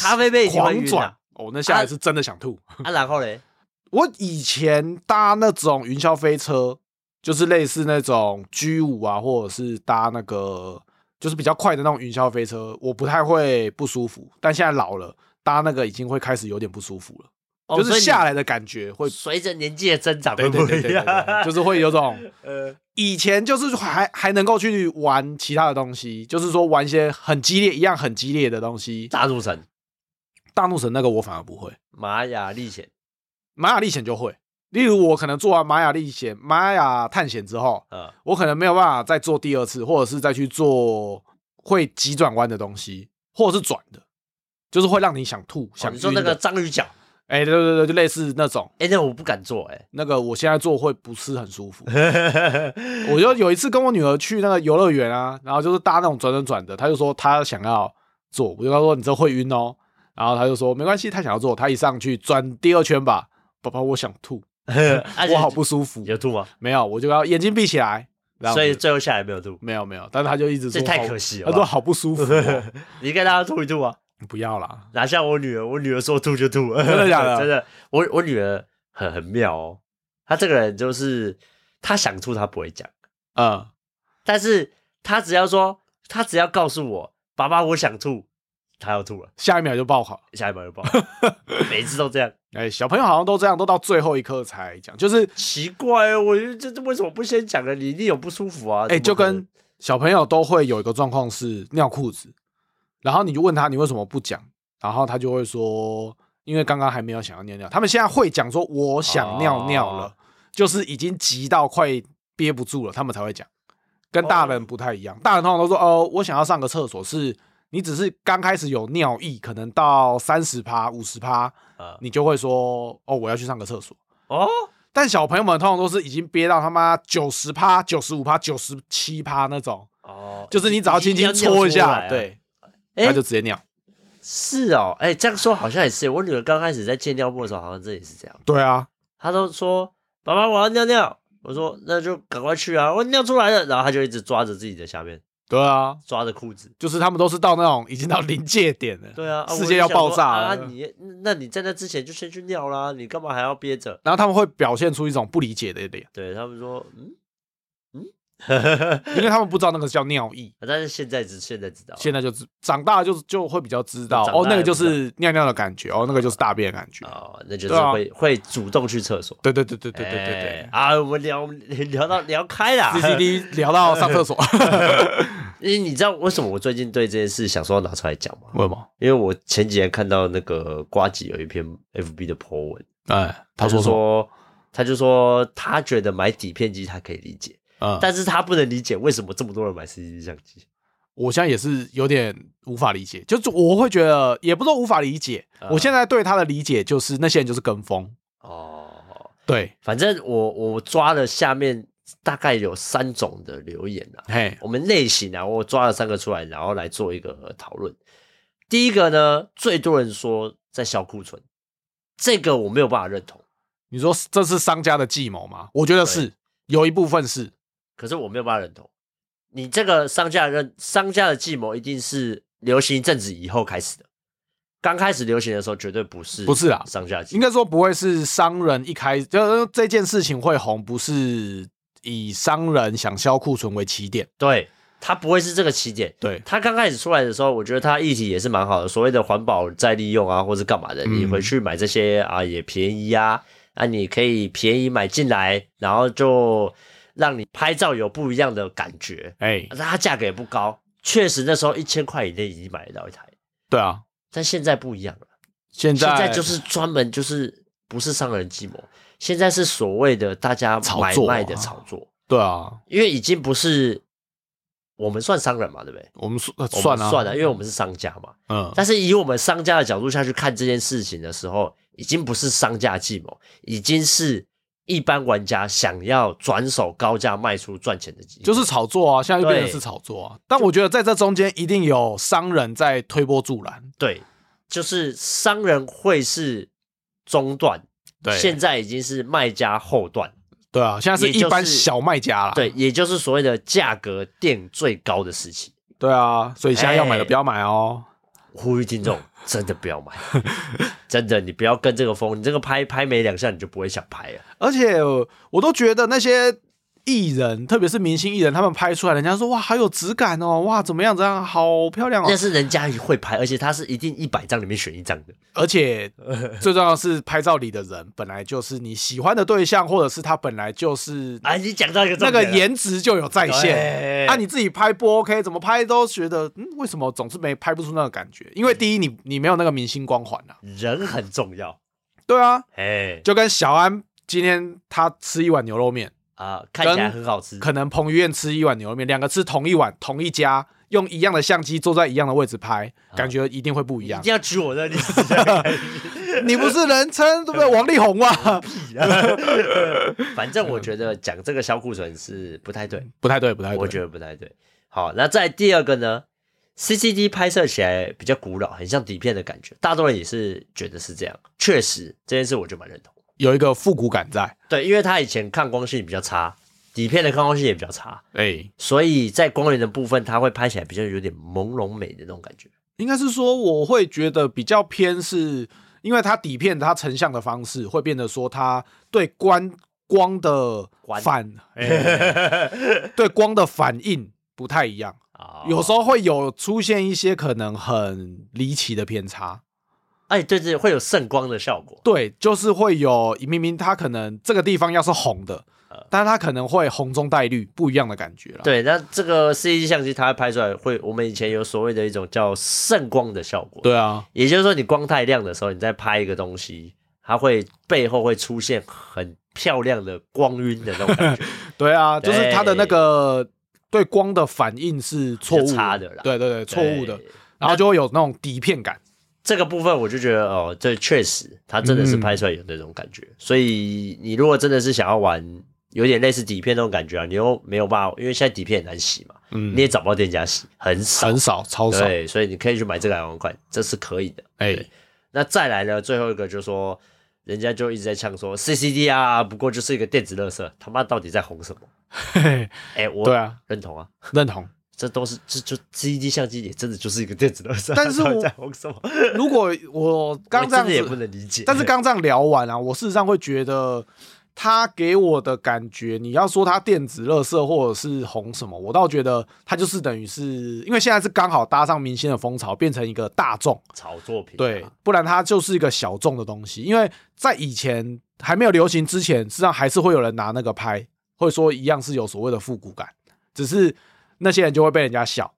Speaker 1: 咖啡杯一定会
Speaker 2: 狂
Speaker 1: 晕
Speaker 2: 转
Speaker 1: 啊。
Speaker 2: 哦，那下来是真的想吐。
Speaker 1: 啊，然后嘞，
Speaker 2: 我以前搭那种云霄飞车，就是类似那种 G 五啊，或者是搭那个就是比较快的那种云霄飞车，我不太会不舒服。但现在老了，搭那个已经会开始有点不舒服了，
Speaker 1: 哦
Speaker 2: 就是下
Speaker 1: 所
Speaker 2: 来的感觉会
Speaker 1: 以你，随着年纪的增长会
Speaker 2: 对对
Speaker 1: 不
Speaker 2: 对对
Speaker 1: 一
Speaker 2: 对对
Speaker 1: 样，
Speaker 2: 就是会有种
Speaker 1: 呃，
Speaker 2: 以前就是还还能够去玩其他的东西，就是说玩一些很激烈一样很激烈的东西。
Speaker 1: 大怒神、
Speaker 2: 大怒神那个我反而不会，
Speaker 1: 玛雅历险，
Speaker 2: 玛雅历险就会。例如我可能做完玛雅历险、玛雅探险之后，
Speaker 1: 呃，
Speaker 2: 我可能没有办法再做第二次，或者是再去做会急转弯的东西，或者是转的，就是会让你想吐、
Speaker 1: 哦
Speaker 2: 想
Speaker 1: 你
Speaker 2: 晕
Speaker 1: 说那个
Speaker 2: 的。
Speaker 1: 章鱼脚，
Speaker 2: 哎、对对对，就类似那种，
Speaker 1: 哎、那我不敢坐、 欸，。
Speaker 2: 那个我现在做会不是很舒服
Speaker 1: 哎，
Speaker 2: 我就有一次跟我女儿去那个游乐园啊，然后就是搭那种转转转的，她就说她想要坐，我就跟她说你这会晕哦，然后她就说没关系，她想要坐，她一上去转第二圈吧，宝宝我想吐，我好不舒服
Speaker 1: 啊你，有吐吗？
Speaker 2: 没有，我就要眼睛闭起来，然后
Speaker 1: 所以最后下来没有吐，
Speaker 2: 没有没有，但是他就一直
Speaker 1: 这
Speaker 2: 说
Speaker 1: 太
Speaker 2: 好
Speaker 1: 可惜了
Speaker 2: 他
Speaker 1: 吧
Speaker 2: 说好不舒服哦、
Speaker 1: 你跟大家吐一吐啊。
Speaker 2: 不要啦，
Speaker 1: 哪像我女儿，我女儿说吐就吐， 真
Speaker 2: 的假的
Speaker 1: 真的，我我女儿很很妙哦，她这个人就是她想吐她不会讲，
Speaker 2: 嗯，
Speaker 1: 但是她只要说，她只要告诉我爸爸我想吐，她要吐了，
Speaker 2: 下一秒就爆好。
Speaker 1: 下一秒就爆， 每次都这样，
Speaker 2: 哎、小朋友好像都这样，都到最后一刻才讲，就是
Speaker 1: 奇怪哦，我就这这为什么不先讲呢？你一定有不舒服啊，
Speaker 2: 哎、
Speaker 1: 怎
Speaker 2: 就
Speaker 1: 么可能
Speaker 2: 跟小朋友都会有一个状况是尿裤子，然后你就问他你为什么不讲，然后他就会说因为刚刚还没有想要尿尿，他们现在会讲说我想尿尿了，
Speaker 1: 哦
Speaker 2: 就是已经急到快憋不住了，他们才会讲，跟大
Speaker 1: 哦
Speaker 2: 人不太一样，大人通常都说哦我想要上个厕所是。你只是刚开始有尿意，可能到三十趴、五十趴，
Speaker 1: 啊
Speaker 2: 你就会说：“哦，我要去上个厕所。”
Speaker 1: 哦，
Speaker 2: 但小朋友们通常都是已经憋到他妈九十趴、九十五趴、九十七趴那种，
Speaker 1: 哦，
Speaker 2: 就是你只要轻轻
Speaker 1: 一定要
Speaker 2: 搓
Speaker 1: 尿出来
Speaker 2: 一下，
Speaker 1: 啊，
Speaker 2: 对，
Speaker 1: 哎
Speaker 2: 他就直接尿。
Speaker 1: 是哦，哎，这样说好像也是，我女儿刚开始在戒尿布的时候，好像这也是这样。
Speaker 2: 对啊，
Speaker 1: 他都说：“爸爸，我要尿尿。”我说：“那就赶快去啊，我尿出来了。”然后他就一直抓着自己的下面，
Speaker 2: 对啊，
Speaker 1: 抓着裤子。
Speaker 2: 就是他们都是到那种已经到临界点了，
Speaker 1: 对啊，啊
Speaker 2: 世界要爆炸
Speaker 1: 我
Speaker 2: 了。
Speaker 1: 就想说啊！你那你在那之前就先去尿啦，你干嘛还要憋着？
Speaker 2: 然后他们会表现出一种不理解的脸，
Speaker 1: 对他们说：“嗯嗯，
Speaker 2: 因为他们不知道那个叫尿液。
Speaker 1: 啊但是现在只现在知道，
Speaker 2: 现在就知长大就就会比较知道
Speaker 1: 哦长大
Speaker 2: 哦，那个
Speaker 1: 也
Speaker 2: 就
Speaker 1: 不知道
Speaker 2: 是尿尿的感觉，哦，那个就是大便的感觉。
Speaker 1: 哦，那就是
Speaker 2: 对啊
Speaker 1: 会、会主动去厕所。
Speaker 2: 对对对对对对对
Speaker 1: 哎
Speaker 2: 对。
Speaker 1: 啊，我们聊 聊到聊开啦。
Speaker 2: CCD 聊到上厕所，
Speaker 1: 因为你知道为什么我最近对这件事想说要拿出来讲吗？
Speaker 2: 为什么？
Speaker 1: 因为我前几天看到那个瓜吉有一篇 FB 的 po 文，
Speaker 2: 哎，他
Speaker 1: 就
Speaker 2: 说什么？
Speaker 1: 说他就说他觉得买底片机他可以理解，
Speaker 2: 嗯，
Speaker 1: 但是他不能理解为什么这么多人买 CCD 相机。
Speaker 2: 我现在也是有点无法理解，就是我会觉得，也不是说无法理解，
Speaker 1: 嗯
Speaker 2: 我现在对他的理解就是那些人就是跟风，
Speaker 1: 哦，
Speaker 2: 对，
Speaker 1: 反正我我抓了下面大概有三种的留言啊，
Speaker 2: 嘿，
Speaker 1: 我们类型啊，我抓了三个出来，然后来做一个呃讨论。第一个呢，最多人说在销库存，这个我没有办法认同，
Speaker 2: 你说这是商家的计谋吗？我觉得是，有一部分是，
Speaker 1: 可是我没有办法认同。你这个商家的认商家的计谋一定是流行一阵子以后开始的，刚开始流行的时候绝对不是
Speaker 2: 不是啊
Speaker 1: 商家的计
Speaker 2: 应
Speaker 1: 谋
Speaker 2: 该说不会是商人一开，就是这件事情会红，不是以商人想销库存为起点，
Speaker 1: 对，它不会是这个起点。
Speaker 2: 对，
Speaker 1: 它刚开始出来的时候，我觉得它议题也是蛮好的，所谓的环保再利用啊，或是干嘛的，
Speaker 2: 嗯
Speaker 1: 你回去买这些啊也便宜啊，那你可以便宜买进来，然后就让你拍照有不一样的感觉。
Speaker 2: 哎，
Speaker 1: 但它价格也不高，确实那时候一千块以内已经买得到一台，
Speaker 2: 对啊，
Speaker 1: 但现在不一样了，
Speaker 2: 现
Speaker 1: 现
Speaker 2: 在
Speaker 1: 在就是专门就是不是商人计谋，现在是所谓的大家
Speaker 2: 炒
Speaker 1: 买
Speaker 2: 作
Speaker 1: 卖的
Speaker 2: 啊
Speaker 1: 炒作，
Speaker 2: 对啊，
Speaker 1: 因为已经不是我们算商人嘛，对不对？
Speaker 2: 我们算
Speaker 1: 我们
Speaker 2: 算啊
Speaker 1: 算了，因为我们是商家嘛。
Speaker 2: 嗯，
Speaker 1: 但是以我们商家的角度下去看这件事情的时候，已经不是商家计谋，已经是一般玩家想要转手高价卖出赚钱的机会。
Speaker 2: 就是炒作啊，现在就变成
Speaker 1: 对
Speaker 2: 是炒作啊。但我觉得在这中间一定有商人在推波助澜，
Speaker 1: 对，就是商人会是中段，
Speaker 2: 对
Speaker 1: 现在已经是卖家后段，
Speaker 2: 对啊，现在是
Speaker 1: 也就
Speaker 2: 一
Speaker 1: 是
Speaker 2: 般小卖家啦，
Speaker 1: 对，也就是所谓的价格垫最高的时期。
Speaker 2: 对啊，所以现在要买的
Speaker 1: 哎
Speaker 2: 不要买哦。
Speaker 1: 呼吁听众 真的不要 买，真的你不要跟这个风，你这个拍拍没两下你就不会想拍了。
Speaker 2: 而且呃我都觉得那些艺人，特别是明星艺人，他们拍出来，人家说哇，好有质感哦，哇，怎么样怎么样，好漂亮哦
Speaker 1: 那。是人家会拍，而且他是一定一百张里面选一张的。
Speaker 2: 而且最重要的是，拍照里的人本来就是你喜欢的对象，或者是他本来就是
Speaker 1: 啊，哎你讲到一个
Speaker 2: 那
Speaker 1: 重
Speaker 2: 个
Speaker 1: 点了
Speaker 2: 颜值就有在线。
Speaker 1: 对
Speaker 2: 啊，你自己拍不 OK，怎么拍都觉得，嗯，为什么总是没拍不出那个感觉？
Speaker 1: 嗯
Speaker 2: 因为第一，你你没有那个明星光环啊。
Speaker 1: 人很重要，
Speaker 2: 对啊，
Speaker 1: 哎，
Speaker 2: 就跟小安今天他吃一碗牛肉面，
Speaker 1: 啊，看起来很好吃，
Speaker 2: 可能彭于晏吃一碗牛肉面，两个吃同一碗同一家，用一样的相机坐在一样的位置拍，感觉一定会不一
Speaker 1: 一
Speaker 2: 样。
Speaker 1: 定要举我的例子。 哎
Speaker 2: 你不是人称对不对？王力宏吗？
Speaker 1: 反正我觉得讲这个销库存是不太对，
Speaker 2: 不太对，不太对。
Speaker 1: 我觉得不太对。好，那在第二个呢，CCD 拍摄起来比较古老，很像底片的感觉，大多人也是觉得是这样。确实，这件事我就蛮认同。
Speaker 2: 有一个复古感在。
Speaker 1: 对，因为他以前看光性比较差，底片的看光性也比较差，
Speaker 2: 哎、
Speaker 1: 所以在光源的部分，它会拍起来比较有点朦胧美的那种感觉。
Speaker 2: 应该是说我会觉得比较偏是，因为它底片它成像的方式会变得说它对光光的
Speaker 1: 观
Speaker 2: 反，哎对光的反应不太一样，
Speaker 1: 啊
Speaker 2: 有时候会有出现一些可能很离奇的偏差。
Speaker 1: 哎，对对，会有圣光的效果。
Speaker 2: 对，就是会有明明它可能这个地方要是红的
Speaker 1: 呃，
Speaker 2: 但是它可能会红中带绿，不一样的感觉啦。，
Speaker 1: 对，那这个 CG 相机它拍出来会，我们以前有所谓的一种叫圣光的效果。，
Speaker 2: 对啊，
Speaker 1: 也就是说你光太亮的时候，你在拍一个东西，它会背后会出现很漂亮的光晕的那种感觉。
Speaker 2: 对啊，就是它的
Speaker 1: 对
Speaker 2: 那个对光的反应是错误
Speaker 1: 比较差的啦
Speaker 2: 对对对， 错误的
Speaker 1: 对，
Speaker 2: 然后就会有那种底片感。
Speaker 1: 这个部分我就觉得哦，这确实它真的是拍出来有那种感觉。所以你如果真的是想要玩，有点类似底片那种感觉啊，你又没有办法，因为现在底片很难洗嘛，
Speaker 2: 嗯
Speaker 1: 你也找不到店家洗，很少，
Speaker 2: 很少，超少。
Speaker 1: 对，所以你可以去买这个两万块，这是可以的。
Speaker 2: 哎
Speaker 1: 对那再来呢，最后一个就是说，人家就一直在呛说 CCD 啊，不过就是一个电子垃圾，他妈到底在红什么？
Speaker 2: 嘿嘿
Speaker 1: 哎、我
Speaker 2: 对啊，
Speaker 1: 认同啊，
Speaker 2: 认同。
Speaker 1: 这都是这就 CCD 相机也真的就是一个电子垃圾，
Speaker 2: 但是
Speaker 1: 他 到底
Speaker 2: 我
Speaker 1: 在红什么？
Speaker 2: 如果我刚
Speaker 1: 我
Speaker 2: 这样
Speaker 1: 真的也不
Speaker 2: 子，
Speaker 1: 能理解，
Speaker 2: 但是刚这样聊完啊，我事实上会觉得它给我的感觉，你要说它电子垃圾或者是红什么，我倒觉得它就是等于是因为现在是刚好搭上明星的风潮，变成一个大众，
Speaker 1: 炒作品、啊
Speaker 2: 对，，不然它就是一个小众的东西。因为在以前还没有流行之前，实际上还是会有人拿那个拍，或者说一样是有所谓的复古感，只是那些人就会被人家笑，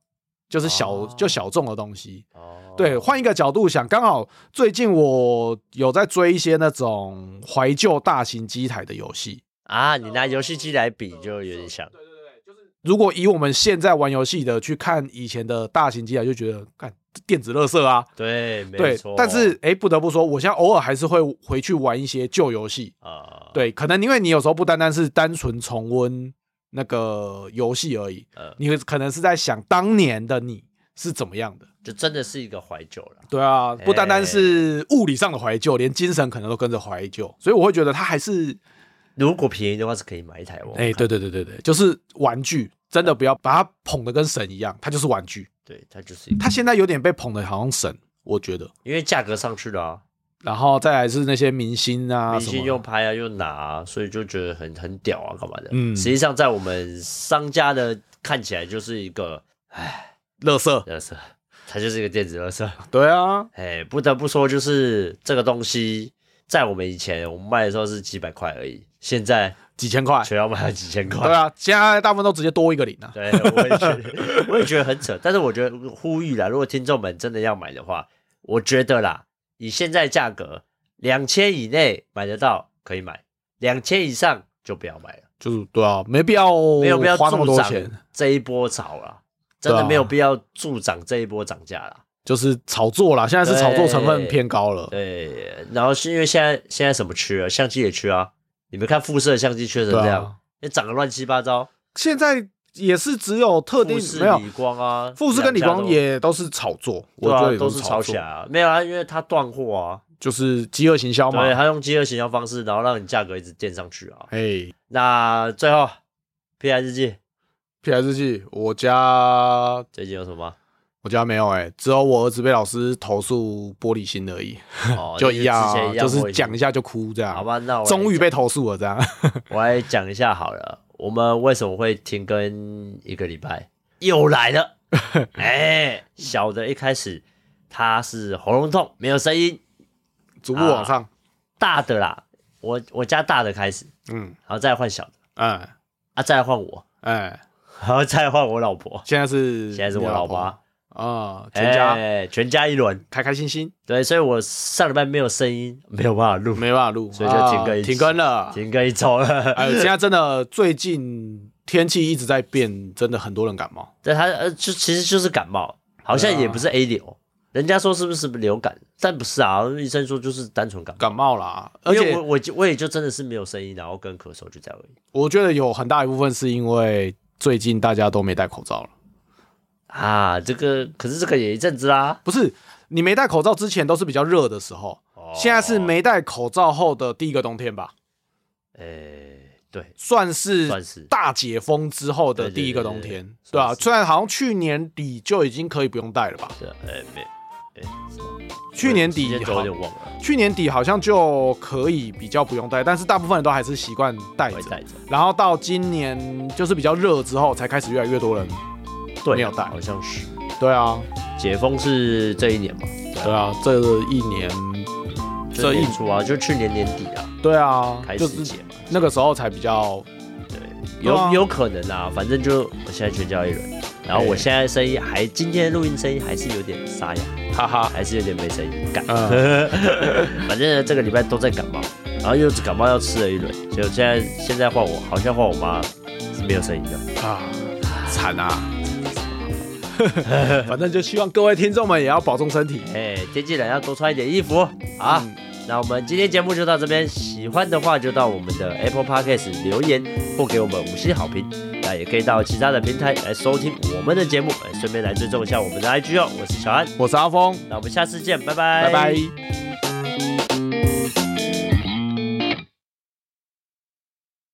Speaker 2: 就是小、
Speaker 1: 哦
Speaker 2: 就小众的东西。
Speaker 1: 哦，
Speaker 2: 对，换一个角度想，刚好最近我有在追一些那种怀旧大型机台的游戏。
Speaker 1: 啊，你拿游戏机来比就有点像，
Speaker 2: 对对对，就是如果以我们现在玩游戏的去看以前的大型机台，就觉得干电子垃圾啊。
Speaker 1: 对，没
Speaker 2: 对
Speaker 1: 错，，
Speaker 2: 但是哎、诶不得不说，我现在偶尔还是会回去玩一些旧游戏。
Speaker 1: 啊，，
Speaker 2: 对，可能因为你有时候不单单是单纯重温那个游戏而已，
Speaker 1: 呃，
Speaker 2: 你可能是在想当年的你是怎么样的。
Speaker 1: 就真的是一个怀旧了。
Speaker 2: 对啊，不单单是
Speaker 1: 哎
Speaker 2: 物理上的怀旧，连精神可能都跟着怀旧，所以我会觉得它还是，
Speaker 1: 如果便宜的话，是可以买一台哦。
Speaker 2: 哎、对对对对对，就是玩具，真的不要把它捧得跟神一样，它就是玩具。
Speaker 1: 对，它就是一个，
Speaker 2: 它现在有点被捧得好像神，我觉得。
Speaker 1: 因为价格上去了啊，
Speaker 2: 然后再来是那些明星啊
Speaker 1: 明
Speaker 2: 什么的，
Speaker 1: 星又拍啊又拿啊，所以就觉得很很屌啊，干嘛的？
Speaker 2: 嗯
Speaker 1: 实际上在我们商家的看起来就是一个
Speaker 2: 乐色，
Speaker 1: 垃圾，它就是一个电子垃圾。
Speaker 2: 对啊，
Speaker 1: 哎，不得不说，就是这个东西，在我们以前我们卖的时候是几百块而已，现在
Speaker 2: 几千块，
Speaker 1: 全要卖到几千块。
Speaker 2: 对啊，现在大部分都直接多一个零啊。
Speaker 1: 对，我也觉得，我也觉得很扯。但是我觉得呼吁啦，如果听众们真的要买的话，我觉得啦，以现在价格，两千以内买得到可以买，两千以上就不要买了，
Speaker 2: 就是对啊，没必要
Speaker 1: 没有必要
Speaker 2: 花那么
Speaker 1: 助
Speaker 2: 多
Speaker 1: 长
Speaker 2: 钱，
Speaker 1: 这一波潮啦，真
Speaker 2: 对
Speaker 1: 的
Speaker 2: 啊
Speaker 1: 没有必要助长这一波涨价啦。
Speaker 2: 就是炒作啦。现在是炒作成分偏高了，
Speaker 1: 对，然后是因为现在现在什么缺啊，相机也缺啊，你们看富士的相机缺成
Speaker 2: 对
Speaker 1: 这
Speaker 2: 啊
Speaker 1: 样，，也涨得乱七八糟，
Speaker 2: 现在也是只有特定
Speaker 1: 富士
Speaker 2: 没有
Speaker 1: 理光啊
Speaker 2: 富士跟
Speaker 1: 两
Speaker 2: 理
Speaker 1: 家
Speaker 2: 光
Speaker 1: 都
Speaker 2: 也都是炒作，我
Speaker 1: 对
Speaker 2: 觉
Speaker 1: 啊
Speaker 2: 得，
Speaker 1: 都是
Speaker 2: 炒
Speaker 1: 炒
Speaker 2: 作
Speaker 1: 起来，啊，没有啊，因为它断货啊。
Speaker 2: 就是饥饿行销嘛。
Speaker 1: 对，他用饥饿行销方式，然后让你价格一直垫上去啊。
Speaker 2: 哎
Speaker 1: 那最后 P I 日记
Speaker 2: ，P S G，我家
Speaker 1: 最近有什么 吗？
Speaker 2: 我家没有哎、只有我儿子被老师投诉玻璃心而已，，
Speaker 1: 哦
Speaker 2: 就一样
Speaker 1: 之前
Speaker 2: 啊，
Speaker 1: 一样
Speaker 2: 就是讲一
Speaker 1: 下，
Speaker 2: 下就哭这
Speaker 1: 好
Speaker 2: 样。
Speaker 1: 吧？那我来
Speaker 2: 终于
Speaker 1: 讲
Speaker 2: 被投诉了 这样，
Speaker 1: 我来讲一下好了。我们为什么会停更一个礼拜？又来 了，哎，小的一开始他是喉咙痛，没有声音；
Speaker 2: 逐步往上。
Speaker 1: 大的啦，我我家大的开始，
Speaker 2: 嗯
Speaker 1: 然后再换小的，
Speaker 2: 嗯
Speaker 1: 啊，再换我，
Speaker 2: 哎，
Speaker 1: 然后再换我老婆，
Speaker 2: 现在是
Speaker 1: 现在是
Speaker 2: 你
Speaker 1: 我老
Speaker 2: 婆
Speaker 1: 妈，
Speaker 2: 啊，全家
Speaker 1: 哎全家一轮。
Speaker 2: 开开心心，
Speaker 1: 对，所以我上礼拜没有声音， 没有办法录，
Speaker 2: 没办法录，
Speaker 1: 所以就停
Speaker 2: 啊
Speaker 1: 更一集
Speaker 2: 停更了。
Speaker 1: 停更一周了。
Speaker 2: 哎，现在真的最近天气一直在变，真的很多人感冒。
Speaker 1: 但他呃，就其实就是感冒，好像也不
Speaker 2: 啊
Speaker 1: 是 A 流，人家说是不是流感？但不是啊，医生说就是单纯感冒。
Speaker 2: 感冒啦，而
Speaker 1: 因为
Speaker 2: 且
Speaker 1: 我我就我也就真的是没有声音，然后跟咳嗽就这样而已
Speaker 2: 我觉得有很大一部分是因为最近大家都没戴口罩了。
Speaker 1: 啊。这个可是这个也一阵子啦，
Speaker 2: 不是你没戴口罩之前都是比较热的时候，
Speaker 1: 哦
Speaker 2: 现在是没戴口罩后的第一个冬天吧，
Speaker 1: 诶，哎对，
Speaker 2: 算是
Speaker 1: 算是
Speaker 2: 大解封之后的第一个冬
Speaker 1: 对对对
Speaker 2: 天
Speaker 1: 对，
Speaker 2: 对
Speaker 1: 算
Speaker 2: 啊，
Speaker 1: 是
Speaker 2: 虽然好像去年底就已经可以不用戴了吧？
Speaker 1: 是啊诶没诶，是吗
Speaker 2: 去年
Speaker 1: 时
Speaker 2: 底
Speaker 1: 间轴
Speaker 2: 好
Speaker 1: 有，点忘了，
Speaker 2: 去年底好像就可以比较不用戴，但是大部分人都还是习惯戴
Speaker 1: 我会
Speaker 2: 着。
Speaker 1: 带着。
Speaker 2: 然后到今年就是比较热之后，才开始越来越多人。
Speaker 1: 对，
Speaker 2: 没有带
Speaker 1: 好像是
Speaker 2: 对啊，
Speaker 1: 解封是这一年嘛？
Speaker 2: 对啊，这一年，
Speaker 1: 就
Speaker 2: 这一
Speaker 1: 年初啊，就去年年底啊
Speaker 2: 对啊，
Speaker 1: 开
Speaker 2: 就
Speaker 1: 始
Speaker 2: 是
Speaker 1: 解嘛。
Speaker 2: 那个时候才比较对啊
Speaker 1: 有有可能啊，反正就我现在全教一轮，然后我
Speaker 2: 哎
Speaker 1: 现在声音还今天录音声音还是有点沙哑，
Speaker 2: 哈哈，
Speaker 1: 还是有点没声音感。
Speaker 2: 嗯，
Speaker 1: 反正呢这个礼拜都在感冒，然后又感冒要吃了一轮，结果现在现在换我，好像换我妈是没有声音的。
Speaker 2: 啊，惨啊！ 反正就希望各位听众们也要保重身体。
Speaker 1: 哎，天气冷要多穿一点衣服啊。
Speaker 2: 嗯
Speaker 1: 那我们今天节目就到这边，喜欢的话就到我们的 Apple Podcast 留言或给我们五星好评。那也可以到其他的平台来收听我们的节目，呃哎，顺便来追踪一下我们的 IG 哦。我是小安，
Speaker 2: 我是阿峰，
Speaker 1: 那我们下次见，拜
Speaker 2: 拜拜。